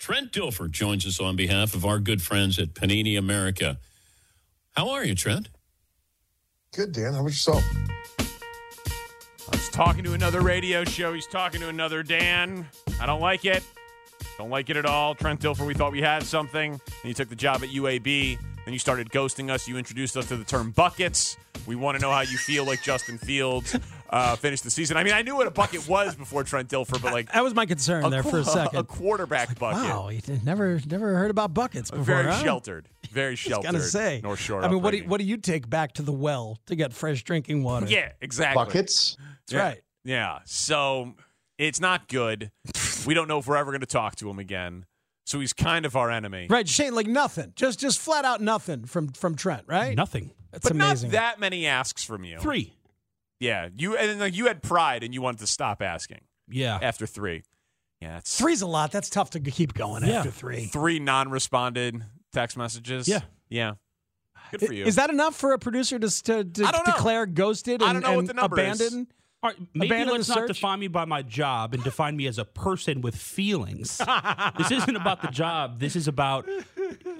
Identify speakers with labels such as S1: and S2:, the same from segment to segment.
S1: Trent Dilfer joins us on behalf of our good friends at Panini America. How are you, Trent?
S2: Good, Dan. How about yourself?
S3: He's talking to another radio show. He's talking to another Dan. I don't like it. Don't like it at all. Trent Dilfer, we thought we had something. Then you took the job at UAB. Then you started ghosting us. You introduced us to the term buckets. We want to know how you feel like Justin Fields uh, finished the season. I mean, I knew what a bucket was before Trent Dilfer, but like
S4: That was my concern there for
S3: qu-
S4: a second.
S3: a quarterback bucket.
S4: Wow, you never never heard about buckets before.
S3: Very
S4: huh?
S3: sheltered. Very
S4: Just
S3: sheltered.
S4: gotta say,
S3: North Shore.
S4: I mean, what do, you,
S3: upbringing.
S4: what do you take back to the well to get fresh drinking water?
S3: Yeah, exactly.
S2: Buckets.
S4: that's
S3: Yeah.
S4: right.
S3: Yeah. So it's not good. we don't know if we're ever going to talk to him again. So he's kind of our enemy.
S4: Right, Shane, like nothing, just just flat out nothing from from Trent, right?
S5: Nothing.
S4: That's
S3: But
S4: amazing.
S3: not that many asks from you.
S5: Three.
S3: Yeah. You and then, like, you had pride and you wanted to stop asking
S5: Yeah.
S3: after three. Yeah, that's
S4: Three's a lot. That's tough to keep going
S5: Yeah.
S4: after three.
S3: three non-responded text messages.
S5: Yeah.
S3: Yeah. Good for you.
S4: Is that enough for a producer to s- to, to
S3: I don't know.
S4: declare ghosted and,
S3: I don't know what
S4: and
S3: the number is.
S4: abandoned?
S5: All right, maybe
S4: Abandon
S5: let's
S4: the
S5: not
S4: search?
S5: define me by my job and define me as a person with feelings. this isn't about the job. This is about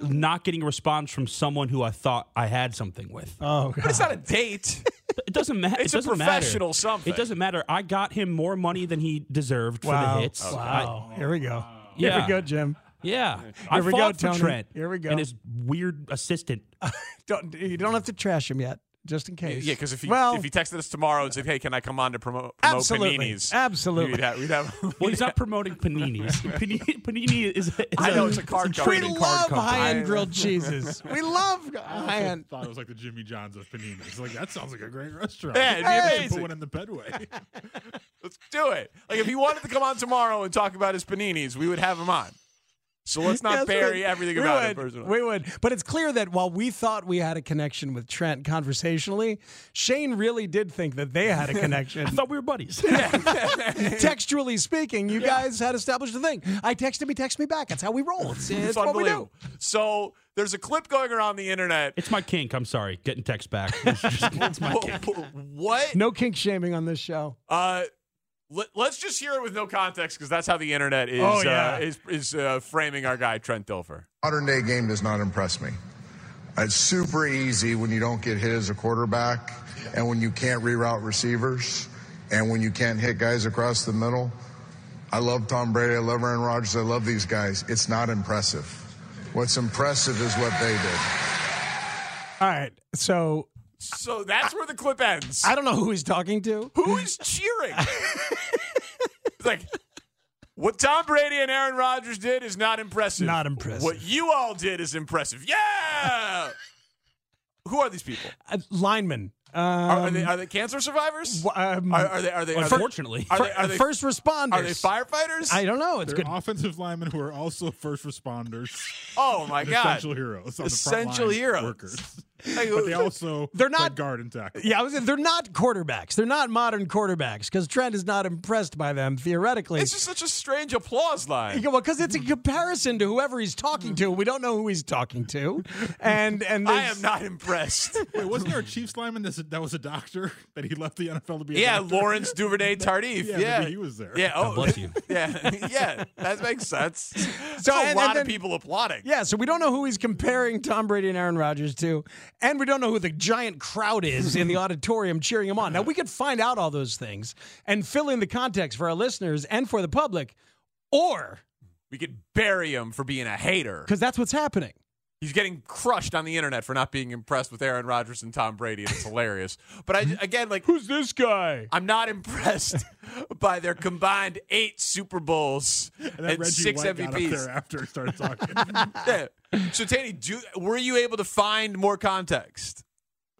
S5: not getting a response from someone who I thought I had something with.
S4: Oh, God.
S3: But it's not a date.
S5: It doesn't matter.
S3: It's
S5: it
S3: a
S5: doesn't
S3: professional
S5: matter.
S3: something.
S5: It doesn't matter. I got him more money than he deserved for
S4: Wow.
S5: the hits. I-
S4: Wow. Here we go. Here
S5: Yeah.
S4: we go, Jim.
S5: yeah. I
S4: we
S5: fought
S4: go,
S5: for
S4: Tony.
S5: Trent.
S4: Here we go.
S5: And his weird assistant.
S4: Don't, you don't have to trash him yet, just in case.
S3: yeah, because if you
S4: well,
S3: if you texted us tomorrow and said, "Hey, can I come on to promote, promote
S4: Absolutely.
S3: paninis?"
S4: Absolutely.
S3: We'd have. We'd have
S5: Well, he's not promoting paninis. Panini, panini is. is
S3: I know it's a card
S4: we
S3: company.
S4: love high-end grilled cheeses. We love high-end.
S6: thought it was like the Jimmy John's of paninis. Like that sounds like a great restaurant.
S3: Yeah, it'd be
S6: Hey!
S3: amazing.
S6: Put one in the bedway.
S3: Let's do it. Like if he wanted to come on tomorrow and talk about his paninis, we would have him on. So let's not
S4: That's
S3: bury
S4: what-
S3: everything
S4: we
S3: about
S4: would,
S3: him personally.
S4: We would. But it's clear that while we thought we had a connection with Trent conversationally, Shane really did think that they had a connection.
S5: I thought we were buddies.
S4: Textually speaking, you guys had established a thing. I text him, he texts me back. That's how we roll. It's, it's
S3: it's
S4: what we do.
S3: unbelievable. So there's a clip going around the internet.
S5: It's my kink. I'm sorry. Getting text back. It's, just- it's my
S3: Wh-
S5: kink.
S3: wh- What?
S4: No kink shaming on this show.
S3: Uh, let, us just hear it with no context because that's how the internet is
S6: Oh, yeah.
S3: uh, is is uh, framing our guy Trent Dilfer.
S2: Modern day game does not impress me. It's super easy when you don't get hit as a quarterback and when you can't reroute receivers and when you can't hit guys across the middle. I love Tom Brady. I love Aaron Rodgers. I love these guys. It's not impressive. What's impressive is what they did.
S4: All right. So
S3: So that's where the clip ends.
S4: I don't know who he's talking to.
S3: Who is cheering? it's like what Tom Brady and Aaron Rodgers did is not impressive.
S4: Not impressive.
S3: What you all did is impressive. Yeah. Who are these people?
S4: Uh, lineman. Um,
S3: Are, are they are they cancer survivors?
S4: wh- um,
S3: Are, are they are they are they,
S5: Unfortunately.
S3: are they, are they,
S4: first responders.
S3: are they firefighters?
S4: I don't know. It's
S6: They're
S4: good.
S6: offensive linemen who are also first responders.
S3: oh my
S6: and
S3: god!
S6: Essential heroes. On the
S3: Essential
S6: front line
S3: heroes.
S6: Workers.
S3: Like,
S6: But they also
S4: They're
S6: play
S4: not-
S6: guard and tackle.
S4: Yeah, I was, they're not quarterbacks. They're not modern quarterbacks because Trent is not impressed by them theoretically.
S3: it's just such a strange applause line.
S4: Yeah, well, because it's a comparison to whoever he's talking to. We don't know who he's talking to, and and
S3: I
S4: there's-
S3: am not impressed.
S6: Wait, wasn't there a Chiefs lineman that's a- that was a doctor that he left the NFL to be? A
S3: yeah,
S6: doctor?
S3: Lawrence Duvernay Tardif. Yeah,
S6: Yeah, maybe he was there.
S3: Yeah. Oh,
S5: bless you.
S3: Yeah, yeah. That makes sense. So
S4: So,
S3: a
S4: and- and
S3: lot
S4: then-
S3: of people applauding.
S4: Yeah, so we don't know who he's comparing Tom Brady and Aaron Rodgers to, and we don't know who the giant crowd is in the auditorium cheering him on. Now we could find out all those things and fill in the context for our listeners and for the public, or
S3: We We could bury him for being a hater.
S4: Because that's what's happening.
S3: He's getting crushed on the internet for not being impressed with Aaron Rodgers and Tom Brady, and it's hilarious. But I again, like,
S4: Who's this guy?
S3: I'm not impressed by their combined eight Super Bowls and,
S6: then Reggie
S3: six
S6: White got up there
S3: MVPs.
S6: after and started talking.
S3: Yeah. So Tanny, do were you able to find more context?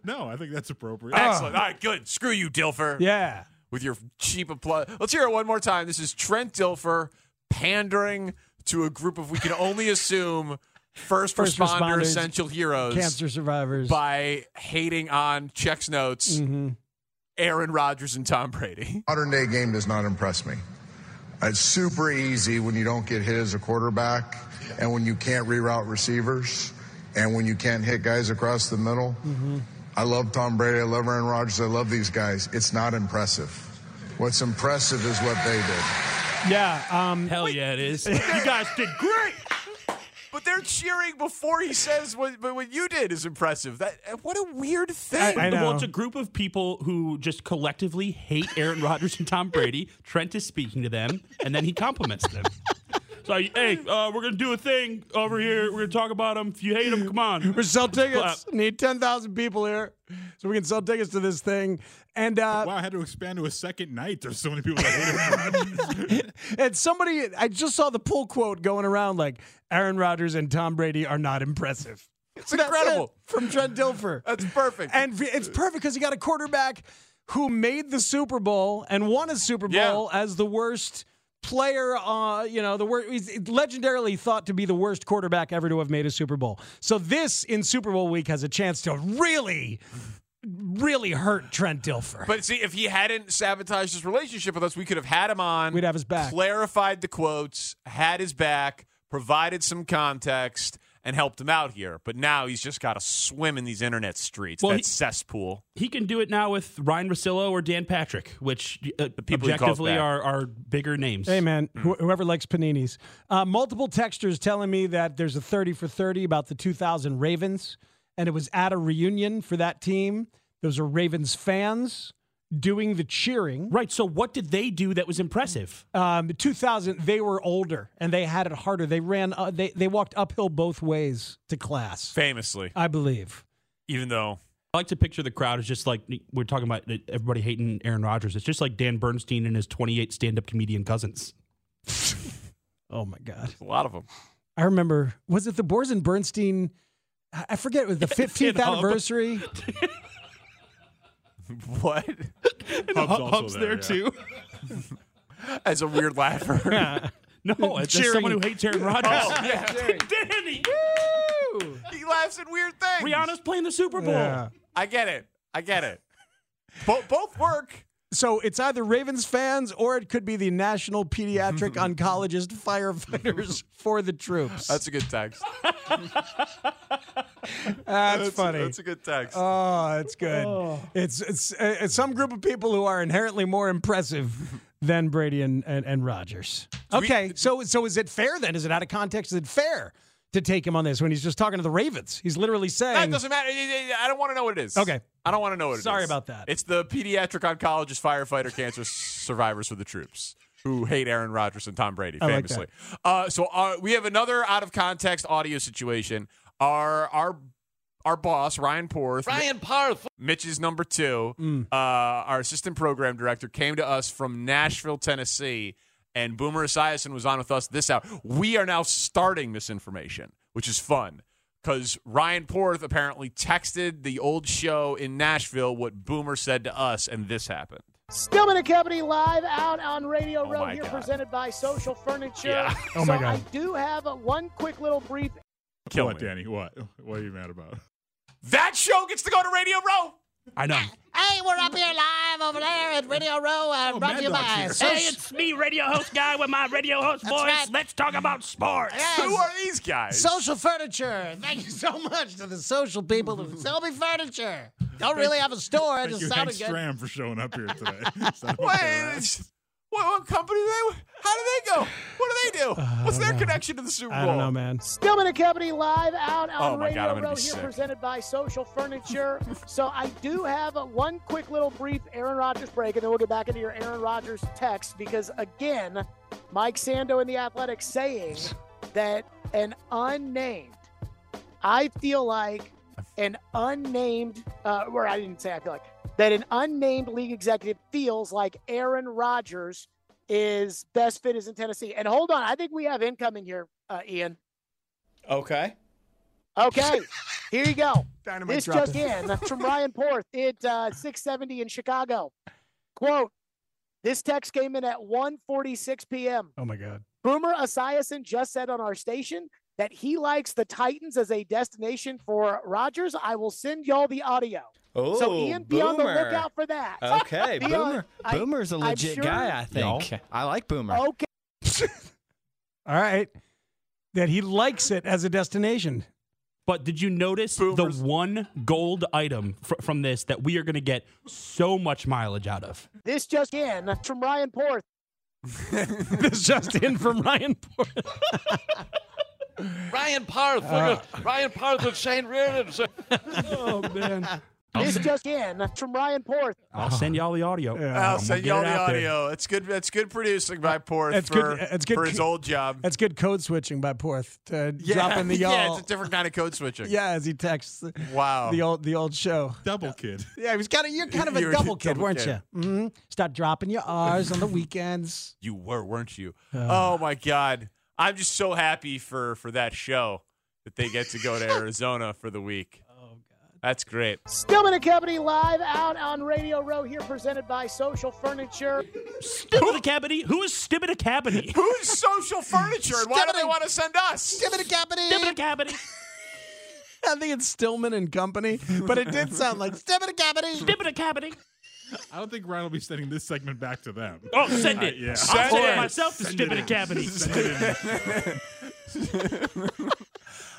S6: no, I think that's appropriate.
S3: Excellent. All right, good. Screw you, Dilfer.
S4: Ah, Yeah.
S3: With your cheap applause. Let's hear it one more time. This is Trent Dilfer pandering to a group of we can only assume first,
S4: First
S3: responder
S4: responders,
S3: essential heroes
S4: Cancer survivors.
S3: by hating on checks notes
S4: Mm-hmm.
S3: Aaron Rodgers and Tom Brady.
S2: Modern day game does not impress me. It's super easy when you don't get hit as a quarterback and when you can't reroute receivers and when you can't hit guys across the middle. I love Tom Brady. I love Aaron Rodgers. I love these guys. It's not impressive. What's impressive is what they did.
S4: yeah. Um,
S5: Hell yeah, it is. you guys did great.
S3: But they're cheering before he says what, but what you did is impressive. That what a weird thing.
S4: I know.
S5: Well, it's a group of people who just collectively hate Aaron Rodgers and Tom Brady. Trent is speaking to them, and then he compliments them. So, hey, uh, we're gonna do a thing over here. We're gonna talk about them. If you hate them, come on.
S4: We're sell tickets.
S5: Clap.
S4: Need ten thousand people here, so we can sell tickets to this thing. And uh,
S6: Wow, I had to expand to a second night. There's so many people that hate Aaron Rodgers.
S4: and somebody, I just saw the pull quote going around like Aaron Rodgers and Tom Brady are not impressive.
S3: It's incredible.
S4: That's it from Trent Dilfer.
S3: That's perfect.
S4: And v- it's perfect because you got a quarterback who made the Super Bowl and won a Super
S3: Yeah.
S4: Bowl as the worst player. Uh, you know, the worst. He's legendarily thought to be the worst quarterback ever to have made a Super Bowl. So this in Super Bowl week has a chance to really, really hurt Trent Dilfer.
S3: But see, if he hadn't sabotaged his relationship with us, we could have had him on.
S4: We'd have his back.
S3: Clarified the quotes, had his back, provided some context, and helped him out here. But now he's just got to swim in these internet streets.
S5: Well,
S3: that
S5: he-
S3: cesspool.
S5: He can do it now with Ryan Rossillo or Dan Patrick, which uh,
S3: people he calls
S5: objectively
S3: back.
S5: are, are bigger names.
S4: Hey man, wh- whoever likes paninis. Uh, multiple textures telling me that there's a 30 for 30 about the 2000 Ravens, and it was at a reunion for that team. Those are Ravens fans doing the cheering.
S5: Right. So, what did they do that was impressive?
S4: Um, 2000, they were older and they had it harder. They ran, uh, they they walked uphill both ways to class,
S3: Famously,
S4: I believe.
S3: even though
S5: I like to picture the crowd as just like we're talking about uh, everybody hating Aaron Rodgers. It's just like Dan Bernstein and his 28 stand up comedian cousins.
S4: Oh my God,
S3: a lot of them.
S4: I remember. Was it the Boers and Bernstein? I I forget. It was the 15th
S5: hub.
S4: anniversary.
S3: What?
S6: Hub's
S5: Hub-
S6: also
S5: Hub's
S6: there, yeah.
S5: too.
S3: As a weird laugher.
S5: No, it's just
S4: Cheering.
S5: someone who hates Aaron Rodgers.
S3: yeah.
S5: Danny,
S3: he laughs at weird things.
S5: Rihanna's playing the Super Bowl.
S4: Yeah.
S3: I get it. I get it. Bo- both work.
S4: So it's either Ravens fans or it could be the National Pediatric Oncologist Firefighters for the Troops.
S3: That's a good text.
S4: That's funny.
S3: That's a good text.
S4: oh, it's good. It's, it's uh, it's some group of people who are inherently more impressive than Brady and and, and Rogers. Okay, so so is it fair then? Is it out of context? Is it fair to take him on this when he's just talking to the Ravens? He's literally
S3: That
S4: saying,
S3: doesn't matter. I I- I don't want to know what it is.
S4: Okay.
S3: I don't want to know what it is.
S4: Sorry about that.
S3: It's the pediatric oncologist, firefighter, cancer survivors for the troops who hate Aaron Rodgers and Tom Brady,
S4: I like
S3: famously. uh, so uh, we have another out of context audio situation. Our our our boss Ryan Porth, Ryan Porth, Mitch's number two,
S4: Mm.
S3: uh, our assistant program director, came to us from Nashville, Tennessee, and Boomer Esiason was on with us this hour. We are now starting misinformation, which is fun because Ryan Porth apparently texted the old show in Nashville what Boomer said to us, and this happened.
S7: Stillman and Company live out on Radio
S3: Oh
S7: Row
S3: my
S7: here,
S3: God.
S7: presented by Social Furniture.
S3: Yeah.
S4: Oh
S7: so
S4: my God.
S7: I do have a, one quick little brief
S3: Kill
S6: what,
S3: me.
S6: Danny? What? What are you mad about?
S3: That show gets to go to Radio Row.
S5: I know.
S7: Hey, we're up here live over there at Radio Row, uh,
S6: Oh,
S7: brought
S6: Mad
S7: to you by
S6: Dog's here.
S7: So-
S5: me, radio host guy, with my radio host voice.
S7: right.
S5: Let's talk about sports.
S7: Yes.
S3: Who are these guys?
S7: Social Furniture. Thank you so much to the social people who sell me furniture. Don't really have a store. It
S6: Thank
S7: just
S6: you, Hank
S7: sounded good.
S6: Stram, for showing up here today. Is that what
S3: Wait,
S6: they're at?
S3: it's- What, what company do they? How do they go? What do they do?
S4: Uh,
S3: What's their connection to the Super Bowl?
S4: I don't know, man.
S7: Stillman and Company live out on
S3: Oh my
S7: Radio
S3: God, I'm gonna
S7: Row
S3: be
S7: here,
S3: sick.
S7: presented by Social Furniture. so I do have a- one quick little brief Aaron Rodgers break, and then we'll get back into your Aaron Rodgers text because again, Mike Sando in the Athletic saying that an unnamed, I feel like an unnamed, uh, or I didn't say I feel like that an unnamed league executive feels like Aaron Rodgers is best fit is in Tennessee. And hold on, I think we have incoming here, uh, Ian.
S8: Okay.
S7: Okay, here you go.
S3: Dynamite
S7: This
S3: drop
S7: just in from Ryan Porth at uh, 670 in Chicago. Quote, this text came in at 1.46 p.m.
S4: Oh my God.
S7: Boomer Esiason just said on our station that he likes the Titans as a destination for Rodgers. I will send y'all the audio.
S8: Oh,
S7: so Ian, be on the lookout for that.
S8: Okay,
S7: Be on-
S8: Boomer.
S7: I-
S8: Boomer's a
S7: I'm
S8: legit
S7: sure- Oh,
S8: guy, I think. I like Boomer.
S7: Okay,
S4: All right. That he likes it as a destination.
S5: But did you notice
S3: Boomers.
S5: the one gold item fr- from this that we are going to get so much mileage out of?
S7: this just in from Ryan Porth.
S4: this just in from Ryan Port.
S9: Ryan Parth. Look
S8: Uh.
S9: at Ryan Parth and Shane Reardon. So-
S5: Oh man!
S7: This just in from Ryan Porth.
S5: I'll send y'all the audio.
S3: I'll
S5: I'm
S3: send
S5: gonna
S3: y'all
S5: get
S3: the
S5: it out there.
S3: audio. That's good. That's good producing by Porth
S4: That's
S3: for,
S4: good- that's good
S3: for his
S4: co-
S3: old job.
S4: That's good code switching by Porth to drop in the y'all.
S3: Yeah, it's a different kind of code switching.
S4: Yeah, as he texts the-
S3: Wow.
S4: the old the old show.
S6: Double kid.
S4: Yeah, he was kind of you're kind of a
S3: You were
S4: double
S3: a
S4: kid,
S3: double
S4: weren't
S3: kid.
S4: you? Mm-hmm. Start dropping your R's on the weekends.
S3: You were, weren't you? oh my God. I'm just so happy for for that show that they get to go to Arizona for the week. Oh God. That's great.
S7: Stillman and Company live out on Radio Row here, presented by Social Furniture.
S5: Stibbit a cabiny? Who is Stibbit a cabiny?
S3: Who's social furniture and why do they want to send us?
S4: Give it a company.
S5: Stibbit a cabiny?
S4: I think it's Stillman and Company, but it did sound like Stillman and Company.
S5: Stibbit a cabiny?
S6: I don't think Ryan will be sending this segment back to them.
S5: Oh, send it.
S6: yeah.
S5: I'll
S3: Send
S5: send,
S3: it.
S5: it myself to Stibbit a cabiny.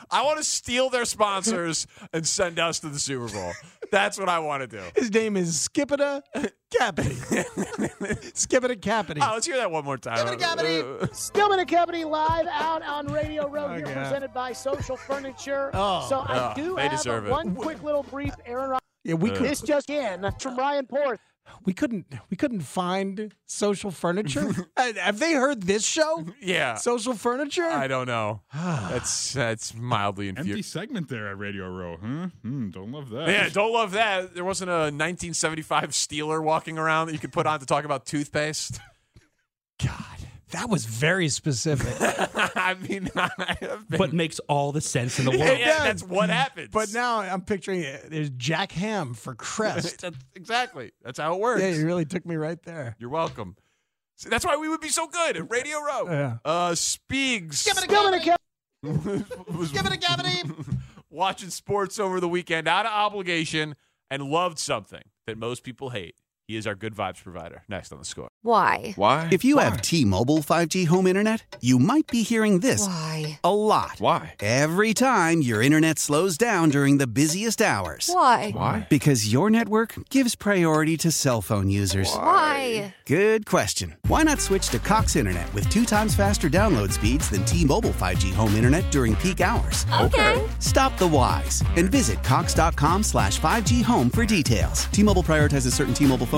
S3: I want to steal their sponsors and send us to the Super Bowl. That's what I want to do.
S4: His name is Skipita Capity. Skipita Capity.
S3: Oh, let's hear that one more time.
S4: Uh,
S7: Stillman and Company live out on Radio Row here,
S4: Okay.
S7: presented by Social Furniture.
S4: Oh.
S7: so I
S3: Oh,
S7: do
S3: they
S7: have
S3: deserve it.
S7: one quick little brief Aaron Rodgers.
S4: Yeah, we could,
S7: This just in from Ryan Porth.
S4: we couldn't we couldn't find social furniture. Uh, Have they heard this show?
S3: Yeah.
S4: Social furniture.
S3: I don't know. That's that's mildly
S6: Empty
S3: infuriating.
S6: segment there at Radio Row, huh? Hmm, don't love that.
S3: Yeah, don't love that. There wasn't a 1975 Steeler walking around that you could put on to talk about toothpaste.
S4: that was very specific.
S3: I mean, I've been-
S5: but makes all the sense in the
S3: yeah,
S5: world.
S3: yeah, that's what happens.
S4: but now I'm picturing it. There's Jack Ham for Crest.
S3: That's- exactly, that's how it works.
S4: yeah, you really took me right there.
S3: You're welcome. See, that's why we would be so good at Radio Row.
S4: Yeah.
S3: Uh, Spiegs
S7: Stillman and Company.
S3: was watching sports over the weekend out of obligation and loved something that most people hate. He is our good vibes provider. Next on the score.
S10: Why?
S7: Mm,
S9: Why?
S11: If you have T-Mobile 5G home internet, you might be hearing this
S10: Why?
S11: a lot.
S9: Why?
S11: Every time your internet slows down during the busiest hours.
S10: Why?
S9: Why?
S11: Because your network gives priority to cell phone users.
S10: Why?
S11: Good question. Why not switch to Cox Internet with two times faster download speeds than T-Mobile 5G home internet during peak hours?
S10: Okay.
S11: Stop the whys and visit cox.com slash 5G home for details. T-Mobile prioritizes certain T-Mobile phone